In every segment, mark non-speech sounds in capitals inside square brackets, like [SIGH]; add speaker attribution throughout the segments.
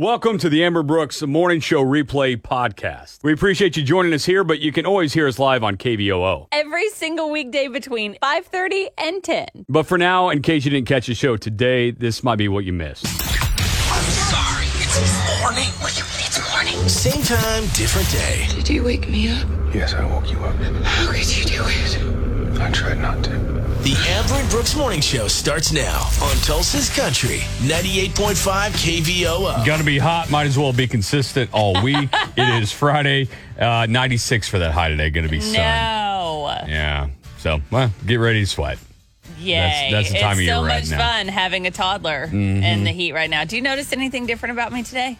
Speaker 1: Welcome to the Amber Brooks Morning Show Replay Podcast. We appreciate you joining us here, but you can always hear us live on KVOO.
Speaker 2: every single weekday between 5.30 and 10
Speaker 1: But for now, in case you didn't catch the show today, this might be what you missed.
Speaker 3: I'm sorry. It's morning. Will you? It's morning.
Speaker 4: Same time, different day.
Speaker 5: Did you wake me up?
Speaker 6: Yes, I woke you up.
Speaker 5: How could you do it?
Speaker 6: I tried not to.
Speaker 4: The Amber and Brooks Morning Show starts now on Tulsa's Country, 98.5 KVOO.
Speaker 1: Gonna be hot, might as well be consistent all [LAUGHS] week. it is Friday, uh, 96 for that high today, gonna be sun.
Speaker 2: no
Speaker 1: Yeah. So, well, get ready to sweat.
Speaker 2: yay
Speaker 1: that's the time
Speaker 2: it's
Speaker 1: of year
Speaker 2: so
Speaker 1: right
Speaker 2: much
Speaker 1: now. Mm-hmm.
Speaker 2: fun having a toddler in the heat right now do you notice anything different about me today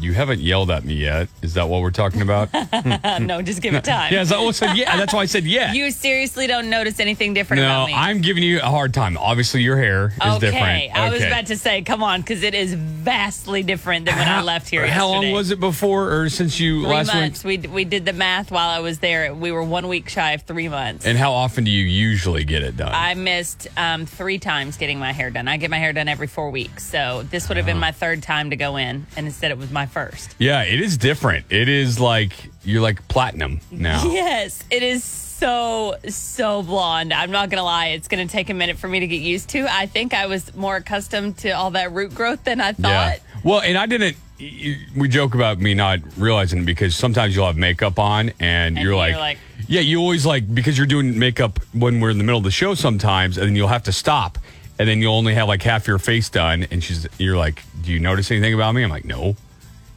Speaker 1: You haven't yelled at me yet. Is that what we're talking
Speaker 2: [LAUGHS]
Speaker 1: about? yeah,
Speaker 2: uh, no just give
Speaker 1: [LAUGHS]
Speaker 2: it time
Speaker 1: is that what I said? Yeah, that's why I said yeah.
Speaker 2: you seriously don't notice anything different
Speaker 1: no,
Speaker 2: about me
Speaker 1: I'm giving you a hard time. Obviously, your hair is
Speaker 2: okay
Speaker 1: different.
Speaker 2: i was about to say come on because it is vastly different than when i left here
Speaker 1: How long
Speaker 2: yesterday.
Speaker 1: was it before, or since you
Speaker 2: three
Speaker 1: last
Speaker 2: months
Speaker 1: went?
Speaker 2: we, we did the math while i was there we were one week shy of three months
Speaker 1: And how often do you usually get it done?
Speaker 2: I missed um, three times getting my hair done. I get my hair done every four weeks. So this would have been my third time to go in, and instead it was my first.
Speaker 1: yeah, it is different. It is like you're like platinum
Speaker 2: [LAUGHS]
Speaker 1: now.
Speaker 2: Yes, it is so, so blonde. I'm not going to lie. It's going to take a minute for me to get used to. I think I was more accustomed to all that root growth than I
Speaker 1: Yeah.
Speaker 2: thought.
Speaker 1: Well, and I didn't. y- y- We joke about me not realizing it because sometimes you'll have makeup on and, you're,
Speaker 2: you're
Speaker 1: like,
Speaker 2: like-
Speaker 1: yeah, you always like because you're doing makeup when we're in the middle of the show sometimes, and then you'll have to stop, and then you'll only have like half your face done, and she's you're like, do you notice anything about me? I'm like, no.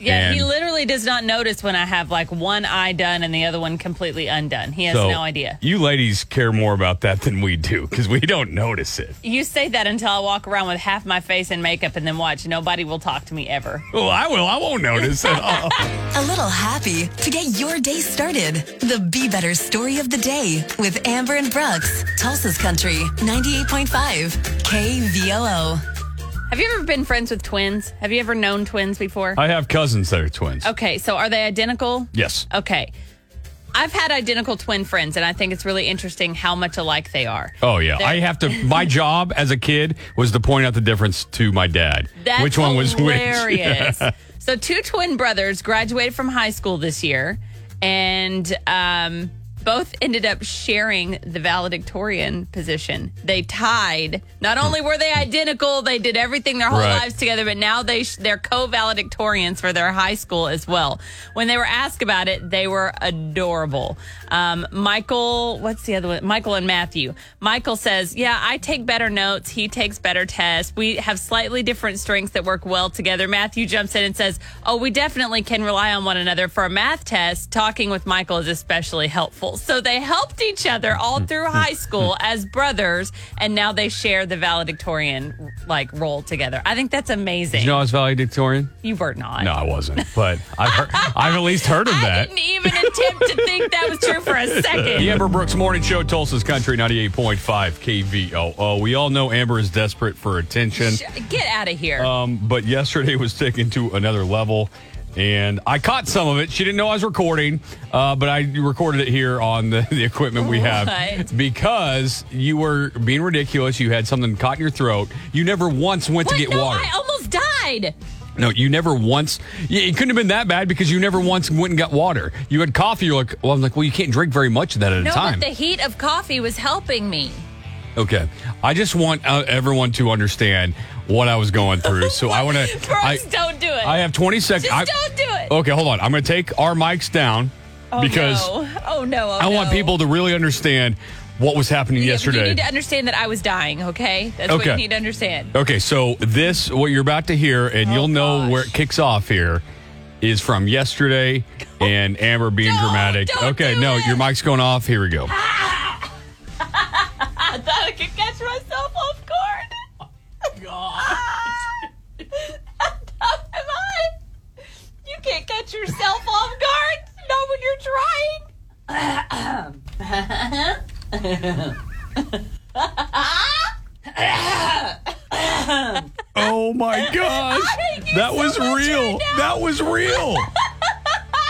Speaker 2: Yeah, he
Speaker 1: And-
Speaker 2: literally does not notice when I have like one eye done and the other one completely undone. He has
Speaker 1: So,
Speaker 2: no idea.
Speaker 1: You ladies care more about that than we do because we don't notice
Speaker 2: [LAUGHS]
Speaker 1: it.
Speaker 2: You say that until I walk around with half my face in makeup and then watch. Nobody will talk to me ever.
Speaker 1: Well, I will. I won't notice at
Speaker 2: [LAUGHS]
Speaker 1: all.
Speaker 7: A little happy to get your day started. The Be Better Story of the Day with Amber and Brooks, Tulsa's Country, 98.5 KVOO.
Speaker 2: Have you ever been friends with twins? Have you ever known twins before?
Speaker 1: I have cousins that are twins.
Speaker 2: okay, so are they identical?
Speaker 1: Yes.
Speaker 2: Okay. I've had identical twin friends, and I think it's really interesting how much alike they are.
Speaker 1: Oh yeah, I have to. My job as a kid was to point out the difference to my dad.
Speaker 2: That's
Speaker 1: which one was which? [LAUGHS]
Speaker 2: hilarious. so two twin brothers graduated from high school this year, and um, both ended up sharing the valedictorian position. They tied. Not only were they identical, they did everything their whole
Speaker 1: Right.
Speaker 2: lives together, but now they sh- they're co-valedictorians for their high school as well. When they were asked about it, they were adorable. Um, Michael, what's the other one? Michael and Matthew. Michael says, "Yeah, I take better notes. He takes better tests. We have slightly different strengths that work well together." Matthew jumps in and says, "Oh, we definitely can rely on one another for a math test. Talking with Michael is especially helpful." So they helped each other all
Speaker 1: Hmm.
Speaker 2: through high school as brothers, and now they share the valedictorian like role together. I think that's amazing.
Speaker 1: You know, I was valedictorian.
Speaker 2: You were not.
Speaker 1: No, I wasn't. But I've heard, I've at least heard of
Speaker 2: I
Speaker 1: that.
Speaker 2: didn't e- even attempt to think that was true for a
Speaker 1: [LAUGHS]
Speaker 2: second.
Speaker 1: The Amber Brooks Morning Show, Tulsa's Country, ninety-eight point five KVOO. We all know Amber is desperate for attention.
Speaker 2: Sh- Get out of here.
Speaker 1: Um, but yesterday was taken to another level, and I caught some of it. She didn't know I was recording, uh, but I recorded it here on the, [LAUGHS] the equipment we have
Speaker 2: What?
Speaker 1: because you were being ridiculous. You had something caught in your throat. You never once went
Speaker 2: what?
Speaker 1: to get
Speaker 2: no,
Speaker 1: water.
Speaker 2: I almost died.
Speaker 1: no, you never once. Yeah, it couldn't have been that bad because you never once went and got water. You had coffee. You're like, well, I'm like, well, you can't drink very much of that at
Speaker 2: No,
Speaker 1: a time.
Speaker 2: but the heat of coffee was helping me.
Speaker 1: Okay. I just want uh, everyone to understand what I was going through. So I
Speaker 2: [LAUGHS]
Speaker 1: want to.
Speaker 2: Brooks, don't do it.
Speaker 1: I have 20 seconds.
Speaker 2: Just
Speaker 1: I-
Speaker 2: don't do it.
Speaker 1: Okay, hold on. I'm going to take our mics down
Speaker 2: Oh,
Speaker 1: because
Speaker 2: no. Oh, no. oh,
Speaker 1: I want
Speaker 2: no.
Speaker 1: people to really understand what was happening
Speaker 2: You- You
Speaker 1: yesterday.
Speaker 2: need to understand that I was dying, okay? That's what you
Speaker 1: Okay.
Speaker 2: need to understand.
Speaker 1: okay, so this, what you're about to hear, and you'll know
Speaker 2: Oh, gosh.
Speaker 1: where it kicks off here, is from
Speaker 2: [LAUGHS]
Speaker 1: yesterday and Amber being
Speaker 2: No,
Speaker 1: dramatic.
Speaker 2: don't
Speaker 1: okay,
Speaker 2: do
Speaker 1: no,
Speaker 2: it.
Speaker 1: your mic's going off. Here we go.
Speaker 2: I thought I could catch myself off guard. [LAUGHS] God. How dumb am I? You can't catch yourself off guard. Not when you're trying.
Speaker 1: Oh
Speaker 2: [LAUGHS]
Speaker 1: my gosh. That was real. That was
Speaker 2: [LAUGHS]
Speaker 1: real.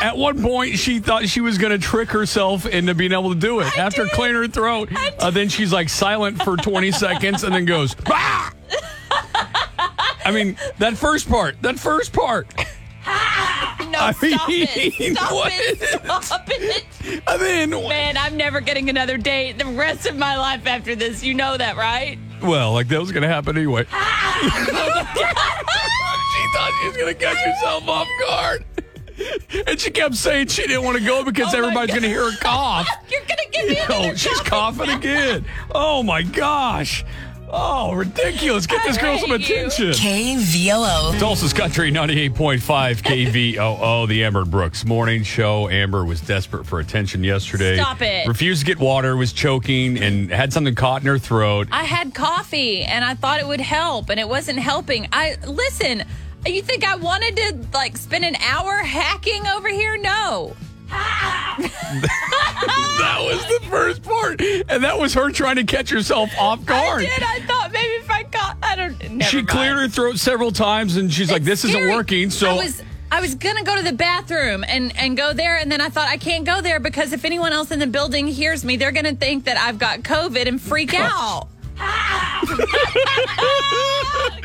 Speaker 1: At one point, she thought she was going to trick herself into being able to do it after clearing her throat.
Speaker 2: [LAUGHS]
Speaker 1: Uh, then she's like silent for 20 seconds and then goes, "Bah!" I mean, that first part, that first part.
Speaker 2: No,
Speaker 1: I
Speaker 2: stop it.
Speaker 1: mean,
Speaker 2: Stop
Speaker 1: [LAUGHS] what is-
Speaker 2: it. Stop it.
Speaker 1: I mean, wh-
Speaker 2: Man, I'm never getting another date the rest of my life after this. You know that, right?
Speaker 1: well, like that was going to happen
Speaker 2: [LAUGHS]
Speaker 1: anyway. [LAUGHS] she thought she was going to catch herself off guard. And she kept saying she didn't want to go because
Speaker 2: Oh my
Speaker 1: everybody's
Speaker 2: God.
Speaker 1: going to hear her cough.
Speaker 2: You're going to give me
Speaker 1: [LAUGHS] Oh,
Speaker 2: another
Speaker 1: she's
Speaker 2: coffee.
Speaker 1: coughing again. Oh my gosh. Oh, ridiculous. Get this
Speaker 2: I
Speaker 1: girl some
Speaker 2: hate you.
Speaker 1: attention.
Speaker 7: KVOO.
Speaker 1: Tulsa's Country 98.5
Speaker 2: [LAUGHS]
Speaker 1: KVOO, the Amber Brooks Morning Show. Amber was desperate for attention yesterday.
Speaker 2: Stop it.
Speaker 1: Refused to get water, was choking, and had something caught in her throat.
Speaker 2: I had coffee and I thought it would help and it wasn't helping. I listen, you think I wanted to like spend an hour hacking over here? No. Ah.
Speaker 1: that was the first part. And that was her trying to catch herself off guard.
Speaker 2: I did. I thought maybe if I got I don't never
Speaker 1: She
Speaker 2: mind.
Speaker 1: cleared her throat several times and she's like, this
Speaker 2: It's scary.
Speaker 1: isn't working. So
Speaker 2: I was I was gonna go to the bathroom and and go there, and then I thought I can't go there because if anyone else in the building hears me, they're gonna think that I've got COVID and freak out.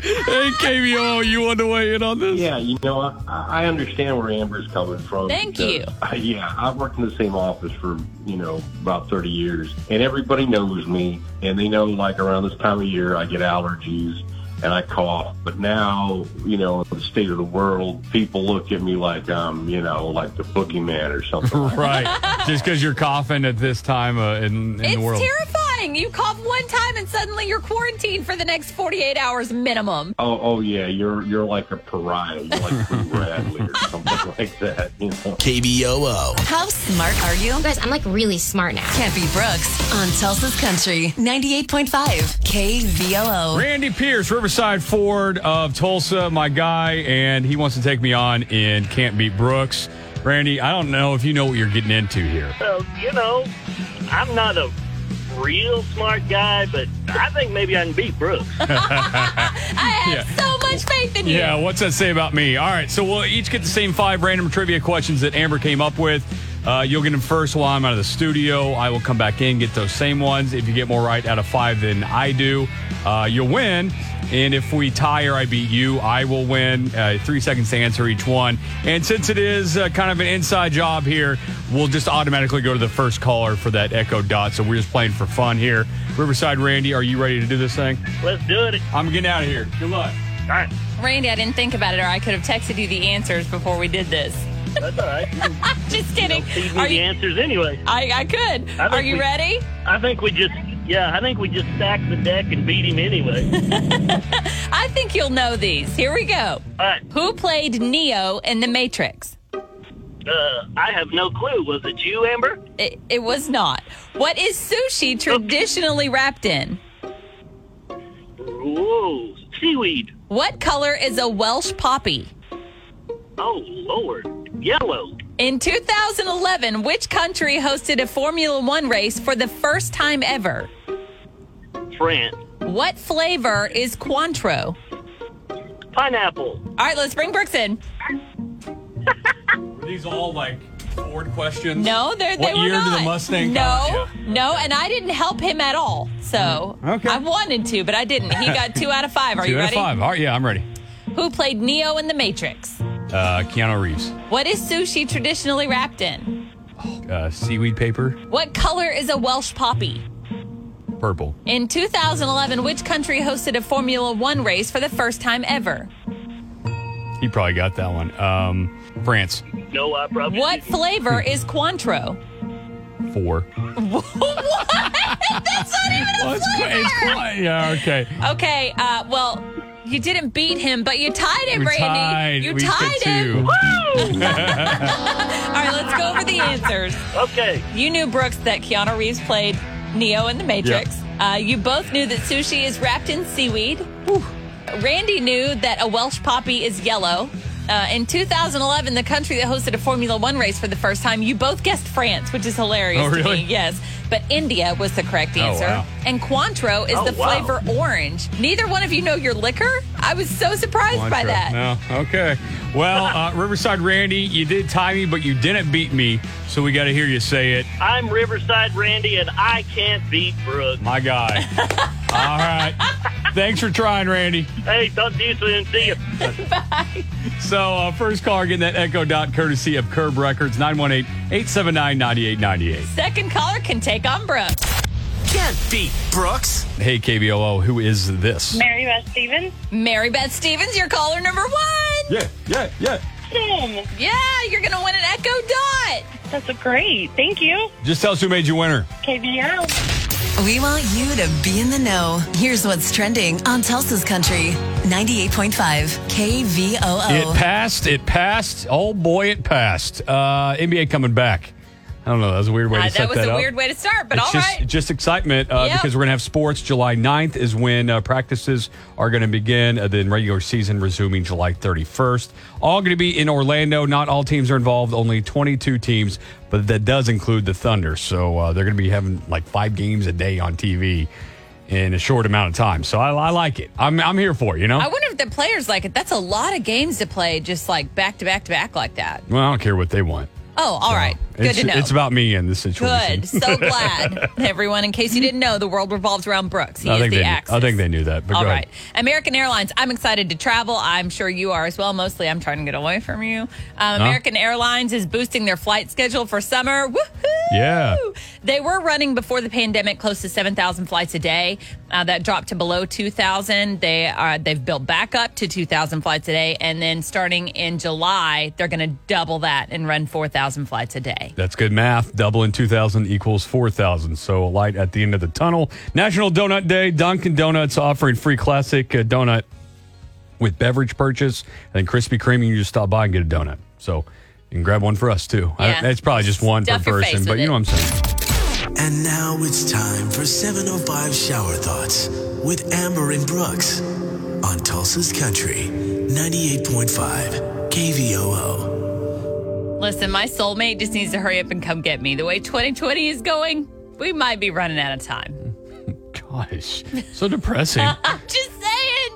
Speaker 1: hey,
Speaker 2: [LAUGHS]
Speaker 1: KVOO, you want to weigh in on this?
Speaker 8: Yeah, you know, I, I understand where Amber's coming from.
Speaker 2: Thank
Speaker 8: because- [LAUGHS] yeah, I've worked in the same office for, you know, about 30 years, and everybody knows me, and they know, like, around this time of year, I get allergies and I cough. But now, you know, in the state of the world, people look at me like I'm, you know, like the boogeyman or something.
Speaker 1: Right. Just because you're coughing at this time uh, in, in
Speaker 2: It's
Speaker 1: the world.
Speaker 2: terrifying. You cough one time and suddenly you're quarantined for the next 48 hours minimum.
Speaker 8: [LAUGHS] oh, oh, yeah, you're you're like a pariah. You're like Boo Radley or something [LAUGHS] like that, you know.
Speaker 4: KBOO.
Speaker 7: How smart are you?
Speaker 9: Guys, I'm like really smart now.
Speaker 7: Campy Brooks on Tulsa's Country 98.5 KVOO.
Speaker 1: Randy Pierce, Riverside Ford of Tulsa, my guy, and he wants to take me on in Can't Beat Brooks. Randy, I don't know if you know what you're getting into here.
Speaker 10: Well, you know, I'm not a real smart guy, but I think maybe I can beat Brooks.
Speaker 2: I have
Speaker 1: Yeah.
Speaker 2: so much faith in you.
Speaker 1: Yeah, what's that say about me? All right, so we'll each get the same five random trivia questions that Amber came up with. Uh, you'll get them first while I'm out of the studio. I will come back in, get those same ones. If you get more right out of five than I do, uh, you'll win. And if we tie or I beat you, I will win. Uh, three seconds to answer each one. And since it is uh, kind of an inside job here, we'll just automatically go to the first caller for that echo dot. So we're just playing for fun here. Riverside Randy, are you ready to do this thing?
Speaker 10: Let's do it.
Speaker 1: I'm getting out of here. Good luck.
Speaker 10: All right.
Speaker 2: Randy, I didn't think about it, or I could have texted you the answers before we did this.
Speaker 10: That's all
Speaker 2: [LAUGHS]
Speaker 10: right. You can
Speaker 2: Just kidding.
Speaker 10: feed me
Speaker 2: Are
Speaker 10: the
Speaker 2: you?
Speaker 10: answers anyway.
Speaker 2: I, I could.
Speaker 10: think
Speaker 2: Are you
Speaker 10: we-
Speaker 2: ready?
Speaker 10: I think we just, yeah, I think we just stack the deck and beat him anyway.
Speaker 2: [LAUGHS] I think you'll know these. Here we go.
Speaker 10: All right.
Speaker 2: Who played Neo in The Matrix?
Speaker 10: Uh, I have no clue. Was it you, Amber?
Speaker 2: It, it was not. What is sushi traditionally wrapped in?
Speaker 10: Whoa, seaweed.
Speaker 2: What color is a Welsh poppy?
Speaker 10: Oh, Lord. Yellow.
Speaker 2: In 2011, which country hosted a Formula One race for the first time ever?
Speaker 10: France.
Speaker 2: What flavor is Cointreau?
Speaker 10: Pineapple.
Speaker 2: All right, let's bring Brooks in.
Speaker 1: Were these all like Ford questions?
Speaker 2: No, they're, they
Speaker 1: What
Speaker 2: were
Speaker 1: year did
Speaker 2: not.
Speaker 1: the Mustang
Speaker 2: No,
Speaker 1: come out?
Speaker 2: no, and I didn't help him at all. So
Speaker 1: Okay.
Speaker 2: I wanted to, but I didn't. He got two out of five. Are
Speaker 1: Two
Speaker 2: you
Speaker 1: out
Speaker 2: ready?
Speaker 1: of five. All right, yeah, I'm ready.
Speaker 2: Who played Neo in The Matrix?
Speaker 1: Uh, Keanu Reeves.
Speaker 2: What is sushi traditionally wrapped in?
Speaker 1: Uh, seaweed paper,
Speaker 2: What color is a Welsh poppy?
Speaker 1: purple.
Speaker 2: In 2011, which country hosted a Formula One race for the first time ever?
Speaker 1: He probably got that one. Um, France,
Speaker 10: No, I probably
Speaker 2: What
Speaker 10: didn't.
Speaker 2: flavor is Cointreau? [LAUGHS]
Speaker 1: four.
Speaker 2: That's not even a flavor.
Speaker 1: Yeah, okay.
Speaker 2: Okay, uh, well, you didn't beat him, but you tied him,
Speaker 1: We
Speaker 2: Randy.
Speaker 1: tied.
Speaker 2: You
Speaker 1: we
Speaker 2: tied
Speaker 1: said
Speaker 2: him. [LAUGHS]
Speaker 1: two.
Speaker 2: All right, let's go over the answers.
Speaker 10: Okay.
Speaker 2: You knew Brooks that Keanu Reeves played Neo in The Matrix. Uh, you both knew that sushi is wrapped in seaweed. Whew. Randy knew that a Welsh poppy is yellow. Uh, in 2011, the country that hosted a Formula One race for the first time, you both guessed France, which is hilarious
Speaker 1: Oh,
Speaker 2: to
Speaker 1: really? Oh,
Speaker 2: me. Yes, but India was the correct answer,
Speaker 1: wow.
Speaker 2: and Cointreau is
Speaker 10: Oh,
Speaker 2: the
Speaker 10: wow.
Speaker 2: flavor orange. Neither one of you know your liquor. I was so surprised by
Speaker 1: Cilantro.
Speaker 2: that.
Speaker 1: No, okay. Well, uh, Riverside Randy, you did tie me, but you didn't beat me, so we got to hear you say it.
Speaker 10: I'm
Speaker 2: [LAUGHS]
Speaker 10: Riverside Randy, and I can't beat Brooks.
Speaker 1: My guy. All right. Thanks for trying, Randy.
Speaker 10: Hey, talk to you soon. See you.
Speaker 1: So, uh, first car, again, that Echo Dot courtesy of Curb Records, 918 879 9898.
Speaker 2: Second caller can take Umbra.
Speaker 4: Can't beat Brooks.
Speaker 1: Hey, KBOO, who is this?
Speaker 9: Mary Beth Stevens.
Speaker 2: Mary Beth Stevens, your caller number one.
Speaker 1: Yeah, yeah, yeah.
Speaker 9: Boom.
Speaker 2: Yeah, you're going to win an Echo Dot. Uh,
Speaker 9: That's great. Thank you.
Speaker 1: Just tell us who made you winner.
Speaker 9: KBO.
Speaker 7: We want you to be in the know. Here's what's trending on Tulsa's Country 98.5
Speaker 1: It
Speaker 2: Oh.
Speaker 7: KVOO.
Speaker 1: passed. It passed. Oh boy, it passed. Uh, NBA coming back. I don't know. That was a weird way
Speaker 2: Uh,
Speaker 1: to set
Speaker 2: that
Speaker 1: that
Speaker 2: was a
Speaker 1: up.
Speaker 2: weird way to start, but
Speaker 1: it's
Speaker 2: all right.
Speaker 1: just, just excitement uh,
Speaker 2: Yep.
Speaker 1: because we're going to have sports. July 9th is when uh, practices are going to begin, uh, then regular season resuming July 31st. All going to be in Orlando. Not all teams are involved, only 22 teams, but that does include the Thunder. So uh, they're going to be having like five games a day on TV in a short amount of time. So I, I like it. I'm, I'm here for it, you know?
Speaker 2: I wonder if the players like it. That's a lot of games to play, just like back to back to back like that.
Speaker 1: well, I don't care what they want.
Speaker 2: Oh, all right. Good
Speaker 1: it's,
Speaker 2: to know.
Speaker 1: It's about me in this situation.
Speaker 2: Good.
Speaker 1: [LAUGHS]
Speaker 2: So glad, everyone. In case you didn't know, the world revolves around Brooks. He
Speaker 1: I
Speaker 2: is
Speaker 1: think,
Speaker 2: the
Speaker 1: they knew,
Speaker 2: axis.
Speaker 1: I think they knew that. But
Speaker 2: All
Speaker 1: go ahead.
Speaker 2: right. American Airlines, I'm excited to travel. I'm sure you are as well. Mostly I'm trying to get away from you. Um, American Airlines is boosting their flight schedule for summer. Woohoo!
Speaker 1: Yeah.
Speaker 2: They were running before the pandemic close to 7,000 flights a day. Uh, that dropped to below 2,000. They are they've built back up to 2,000 flights a day and then starting in July, they're going to double that and run 4,000 flights a day.
Speaker 1: That's good math. Double in 2,000 equals 4,000. So a light at the end of the tunnel. National Donut Day. Dunkin' Donuts offering free classic uh, donut with beverage purchase. And Krispy Kreme, you just stop by and get a donut. So you can grab one for us, too. I-
Speaker 2: Yeah.
Speaker 1: it's probably just one
Speaker 2: Stuff
Speaker 1: per
Speaker 2: your face
Speaker 1: person, but
Speaker 2: with
Speaker 1: you know
Speaker 2: it.
Speaker 1: what I'm saying.
Speaker 4: And now it's time for 705 Shower Thoughts with Amber and Brooks on Tulsa's Country 98.5 KVOO.
Speaker 2: Listen, my soulmate just needs to hurry up and come get me. The way 2020 is going, we might be running out of time. [LAUGHS]
Speaker 1: Gosh, so depressing.
Speaker 2: I'm just saying.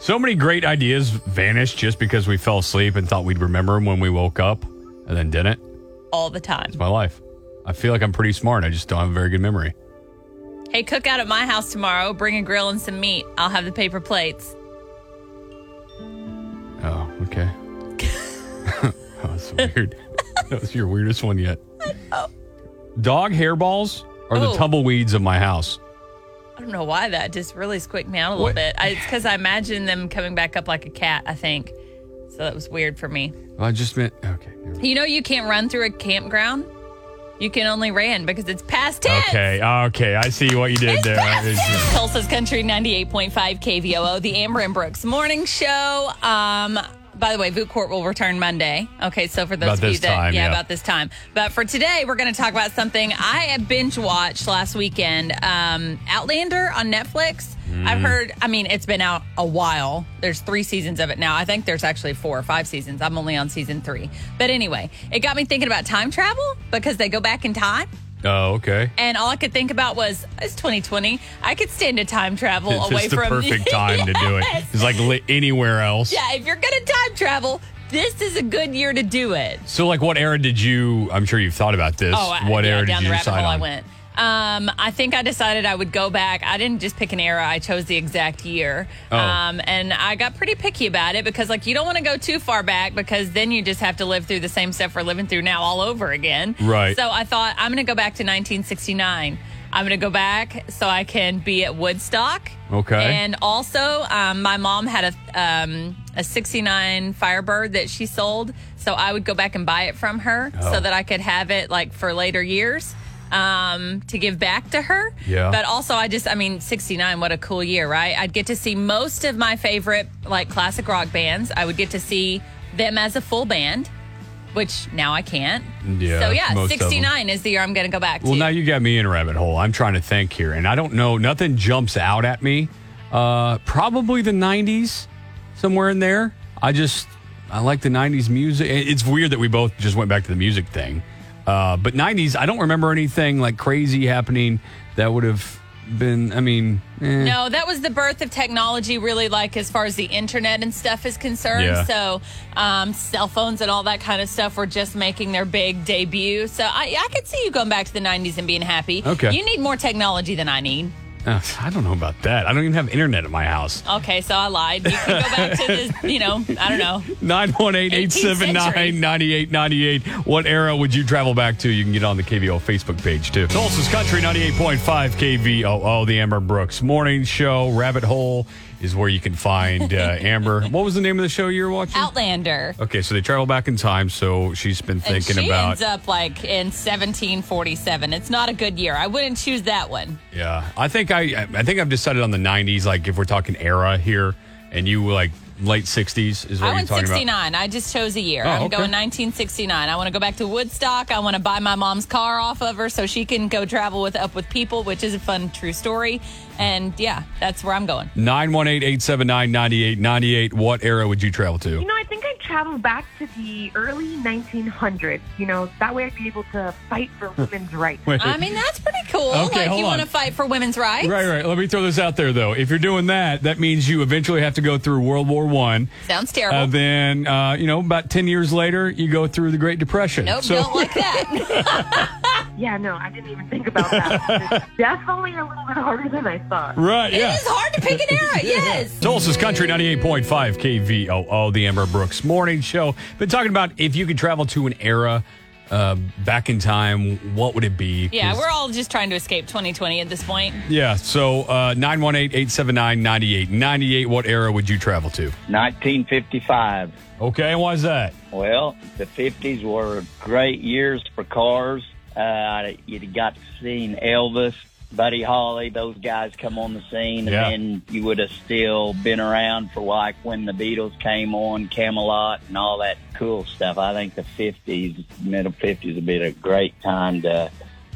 Speaker 1: so many great ideas vanished just because we fell asleep and thought we'd remember them when we woke up and then didn't.
Speaker 2: All the time.
Speaker 1: It's my life. I feel like I'm pretty smart. I just don't have a very good memory.
Speaker 2: Hey, cook out at my house tomorrow. Bring a grill and some meat. I'll have the paper plates.
Speaker 1: Oh,
Speaker 2: [LAUGHS]
Speaker 1: okay. that was weird. that was your weirdest one yet. Dog hairballs are the
Speaker 2: Oh.
Speaker 1: tumbleweeds of my house.
Speaker 2: I don't know why that just really squeaked me out a little
Speaker 1: What?
Speaker 2: bit. I, it's because I imagined them coming back up like a cat, I think. So that was weird for me.
Speaker 1: I just meant okay. never mind.
Speaker 2: You know, you can't run through a campground. You can only ran because it's past 10.
Speaker 1: Okay, okay. I see what you did there. It's just-
Speaker 2: Tulsa's Country 98.5 KVOO, the Amber and Brooks Morning Show. Um, by the way, Boot Court will return Monday. Okay, so for those
Speaker 1: About
Speaker 2: of you
Speaker 1: this
Speaker 2: that,
Speaker 1: time, yeah.
Speaker 2: about this time. But for today, we're going to talk about something I binge watched last weekend um, Outlander on Netflix.
Speaker 1: Hmm.
Speaker 2: I've heard, I mean, it's been out a while. There's three seasons of it now. I think there's actually four or five seasons. I'm only on season three. But anyway, it got me thinking about time travel because they go back in time.
Speaker 1: oh, okay.
Speaker 2: And all I could think about was, it's 2020. I could stand a time travel
Speaker 1: It's
Speaker 2: away
Speaker 1: just the
Speaker 2: from
Speaker 1: perfect time to do it.
Speaker 2: [LAUGHS] Yes.
Speaker 1: It's like li- anywhere else.
Speaker 2: Yeah, if you're going to time travel, this is a good year to do it.
Speaker 1: So, like, what era did you? I'm sure you've thought about this.
Speaker 2: Oh, I-
Speaker 1: what
Speaker 2: yeah,
Speaker 1: era did
Speaker 2: down
Speaker 1: you
Speaker 2: the rabbit
Speaker 1: decide
Speaker 2: hole
Speaker 1: on?
Speaker 2: I went. Um, I think I decided I would go back. I didn't just pick an era; I chose the exact year.
Speaker 1: Oh.
Speaker 2: Um, and I got pretty picky about it because, like, you don't want to go too far back because then you just have to live through the same stuff we're living through now all over again.
Speaker 1: Right.
Speaker 2: So I thought I'm going to go back to 1969. I'm going to go back so I can be at Woodstock.
Speaker 1: Okay.
Speaker 2: And also, um, my mom had a um, a '69 Firebird that she sold, so I would go back and buy it from her
Speaker 1: Oh.
Speaker 2: so that I could have it like for later years um, to give back to her.
Speaker 1: Yeah.
Speaker 2: But also, I just, I mean, '69, what a cool year, right? I'd get to see most of my favorite like classic rock bands. I would get to see them as a full band, which now I can't.
Speaker 1: Yeah,
Speaker 2: So yeah,
Speaker 1: most of them.
Speaker 2: '69 is the year I'm going to go back to.
Speaker 1: Well, now you got me in a rabbit hole. I'm trying to think here, and I don't know. Nothing jumps out at me. Uh, probably the '90s, somewhere in there. I just I like the '90s music. It- It's weird that we both just went back to the music thing, uh, but '90s. I don't remember anything like crazy happening that would have been. I mean, eh.
Speaker 2: No, Oh, that was the birth of technology, really, like as far as the internet and stuff is concerned.
Speaker 1: Yeah.
Speaker 2: So, um, cell phones and all that kind of stuff were just making their big debut. So, I, I could see you going back to the 90s and being happy.
Speaker 1: Okay.
Speaker 2: You need more technology than I need.
Speaker 1: Uh, I don't know about that. I don't even have internet at my house.
Speaker 2: Okay, so I lied. You can go back to this,
Speaker 1: [LAUGHS]
Speaker 2: you know, I don't know.
Speaker 1: 918 879 9898. What era would you travel back to? You can get on the KVO Facebook page too. Tulsa's Country 98.5 KVOO, the Amber Brooks Morning Show. Rabbit Hole is where you can find uh, Amber. What was the name of the show you were watching?
Speaker 2: Outlander.
Speaker 1: Okay, so they travel back in time. So she's been
Speaker 2: And
Speaker 1: thinking
Speaker 2: she
Speaker 1: about.
Speaker 2: ends up like in 1747. It's not a good year. I wouldn't choose that one.
Speaker 1: yeah, I think I I think I've decided on the '90s. Like if we're talking era here, and you like late '60s is what
Speaker 2: I
Speaker 1: you're
Speaker 2: went
Speaker 1: talking
Speaker 2: 69.
Speaker 1: about.
Speaker 2: I just chose a year.
Speaker 1: Oh,
Speaker 2: I'm
Speaker 1: okay.
Speaker 2: going 1969. I want to go back to Woodstock. I want to buy my mom's car off of her so she can go travel with Up with People, which is a fun true story. And yeah, that's where I'm going.
Speaker 1: 918 879 9898. What era would you travel to?
Speaker 11: You know, I think I'd travel back to the early 1900s. You know, that way I'd be able to fight for women's rights.
Speaker 1: Wait.
Speaker 2: I mean, that's pretty cool.
Speaker 1: Okay,
Speaker 2: like
Speaker 1: hold
Speaker 2: you
Speaker 1: on.
Speaker 2: want to fight for women's rights?
Speaker 1: Right, right. Let me throw this out there though. If you're doing that, that means you eventually have to go through World War One.
Speaker 2: Sounds terrible.
Speaker 1: Uh, then, uh, you know, about ten years later, you go through the Great Depression.
Speaker 2: nope,
Speaker 1: so,
Speaker 2: don't like that. [LAUGHS]
Speaker 11: Yeah, no, I didn't even think about that. It's definitely a little bit harder than I thought.
Speaker 1: [LAUGHS] right, yeah.
Speaker 2: It is hard to pick an
Speaker 1: [LAUGHS]
Speaker 2: era. Yes.
Speaker 1: Tulsa's Country 98.5 KVOO, the Amber Brooks Morning Show. Been talking about if you could travel to an era uh, back in time, what would it be?
Speaker 2: Yeah,
Speaker 1: 'Cause-
Speaker 2: we're all just trying to escape 2020 at this point.
Speaker 1: Yeah, so uh, 918 879 9898. What era would you travel to?
Speaker 12: 1955.
Speaker 1: Okay, why is that?
Speaker 12: Well, the 50s were great years for cars. Uh, you got to see Elvis, Buddy Holly, those guys come on the scene,
Speaker 13: Yeah.
Speaker 12: and then you would have still been around for like when the Beatles came on, Camelot, and all that cool stuff. I think the 50s, middle 50s, would be a great time to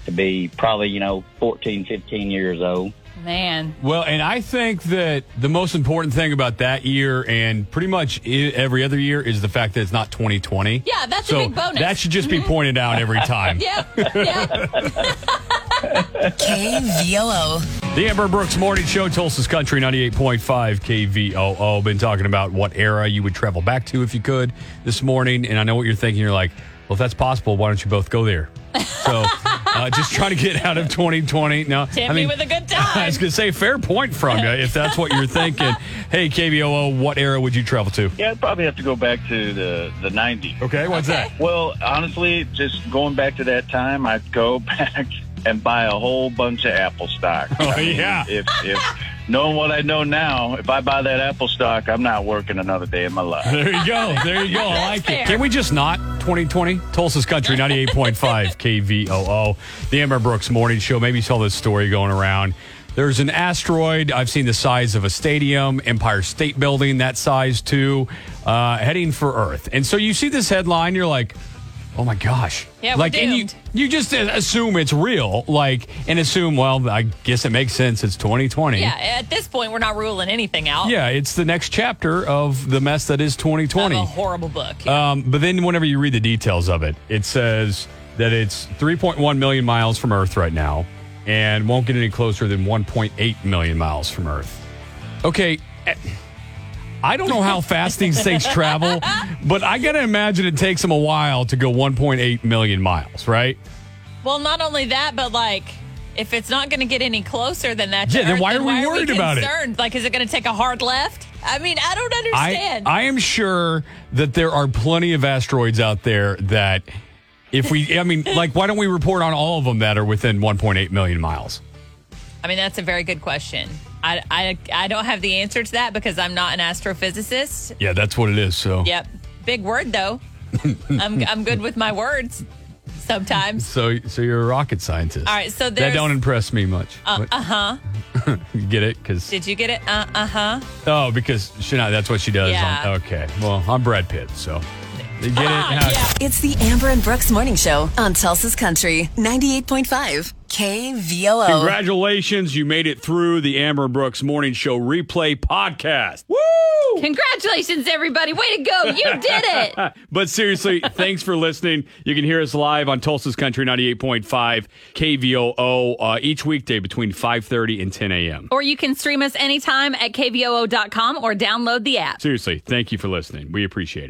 Speaker 12: to be probably you know 14, 15 years old.
Speaker 2: Man.
Speaker 1: Well, and I think that the most important thing about that year and pretty much i- every other year is the fact that it's not 2020.
Speaker 2: Yeah, that's a
Speaker 1: so
Speaker 2: big bonus. Mm-hmm.
Speaker 1: That should just be pointed out
Speaker 2: [LAUGHS]
Speaker 1: every time.
Speaker 2: Yeah.
Speaker 1: [LAUGHS]
Speaker 7: KVOO.
Speaker 1: The Amber Brooks Morning Show, Tulsa's Country 98.5 KVOO. Been talking about what era you would travel back to if you could this morning. And I know what you're thinking. You're like, well, if that's possible, why don't you both go there?
Speaker 2: [LAUGHS]
Speaker 1: So uh, just trying to get out of 2020. No,
Speaker 2: Hit
Speaker 1: I mean,
Speaker 2: me with a good time.
Speaker 1: [LAUGHS] I was going to say, fair point from you if that's what you're thinking. hey, KVOO, what era would you travel to?
Speaker 14: Yeah, I'd probably have to go back to the the '90s.
Speaker 1: Okay, what's that?
Speaker 14: Well, honestly, just going back to that time, I'd go [LAUGHS] back and buy a whole bunch of Apple stock.
Speaker 1: Oh yeah.
Speaker 14: If if knowing what I know now, if I buy that Apple stock, I'm not working another day in my life.
Speaker 1: There you
Speaker 2: [LAUGHS]
Speaker 1: go. There you go. I like it. Can we just not? 2020, Tulsa's Country,
Speaker 2: [LAUGHS]
Speaker 1: 98.5 KVOO. The Amber Brooks Morning Show. Maybe you saw this story going around. There's an asteroid. I've seen the size of a stadium, Empire State Building, that size too, uh, heading for Earth. And so you see this headline, you're like, oh my gosh.
Speaker 2: Yeah, we're
Speaker 1: like, and you, you just uh, assume it's real, like, and assume, well, I guess it makes sense. It's 2020.
Speaker 2: Yeah, at this point, we're not ruling anything out.
Speaker 1: Yeah, it's the next chapter of the mess that is 2020.
Speaker 2: Of a horrible book.
Speaker 1: Um, but then, whenever you read the details of it, it says that it's 3.1 million miles from Earth right now and won't get any closer than 1.8 million miles from Earth. Okay. eh, I don't know how fast these things travel, but I got to imagine it takes them a while to go 1.8 million miles, right?
Speaker 2: Well, not only that, but like, if it's not going to get any closer than that, to
Speaker 1: Yeah, then
Speaker 2: Earth,
Speaker 1: why are we worried about it?
Speaker 2: concerned? Like, is it going to take a hard left? I mean, I don't
Speaker 1: I,
Speaker 2: understand.
Speaker 1: I am sure that there are plenty of asteroids out there that if we, I mean, like, why don't we report on all of them that are within 1.8 million miles?
Speaker 2: I mean, that's a very good question. I, I, I don't have the answer to that because I'm not an astrophysicist.
Speaker 1: Yeah, that's what it is. So,
Speaker 2: Yep. Big
Speaker 1: [LAUGHS]
Speaker 2: word, though. I'm, I'm good with my words sometimes.
Speaker 1: so, so you're a rocket scientist.
Speaker 2: All right, so
Speaker 1: that
Speaker 2: there's-
Speaker 1: don't impress me much.
Speaker 2: Uh huh.
Speaker 1: But- [LAUGHS] you get it? Because
Speaker 2: Did you get it? Uh huh.
Speaker 1: oh, because Shania, that's what she does. on-
Speaker 2: Yeah. Ah,
Speaker 1: okay. Well, I'm Brad Pitt, so you get it.
Speaker 7: It's the Amber and Brooks Morning Show on Tulsa's Country 98.5 KVOO.
Speaker 1: Congratulations, you made it through the Amber Brooks Morning Show Replay Podcast. Woo!
Speaker 15: Congratulations, everybody. Way to go. You did it.
Speaker 1: [LAUGHS]
Speaker 2: [LAUGHS]
Speaker 1: but seriously, thanks for listening. You can hear us live on Tulsa's Country 98.5 KVOO uh, each weekday between 5.30 and 10 a.m.
Speaker 15: Or you can stream us anytime at kvoo.com or download the app.
Speaker 1: Seriously, thank you for listening. We appreciate it.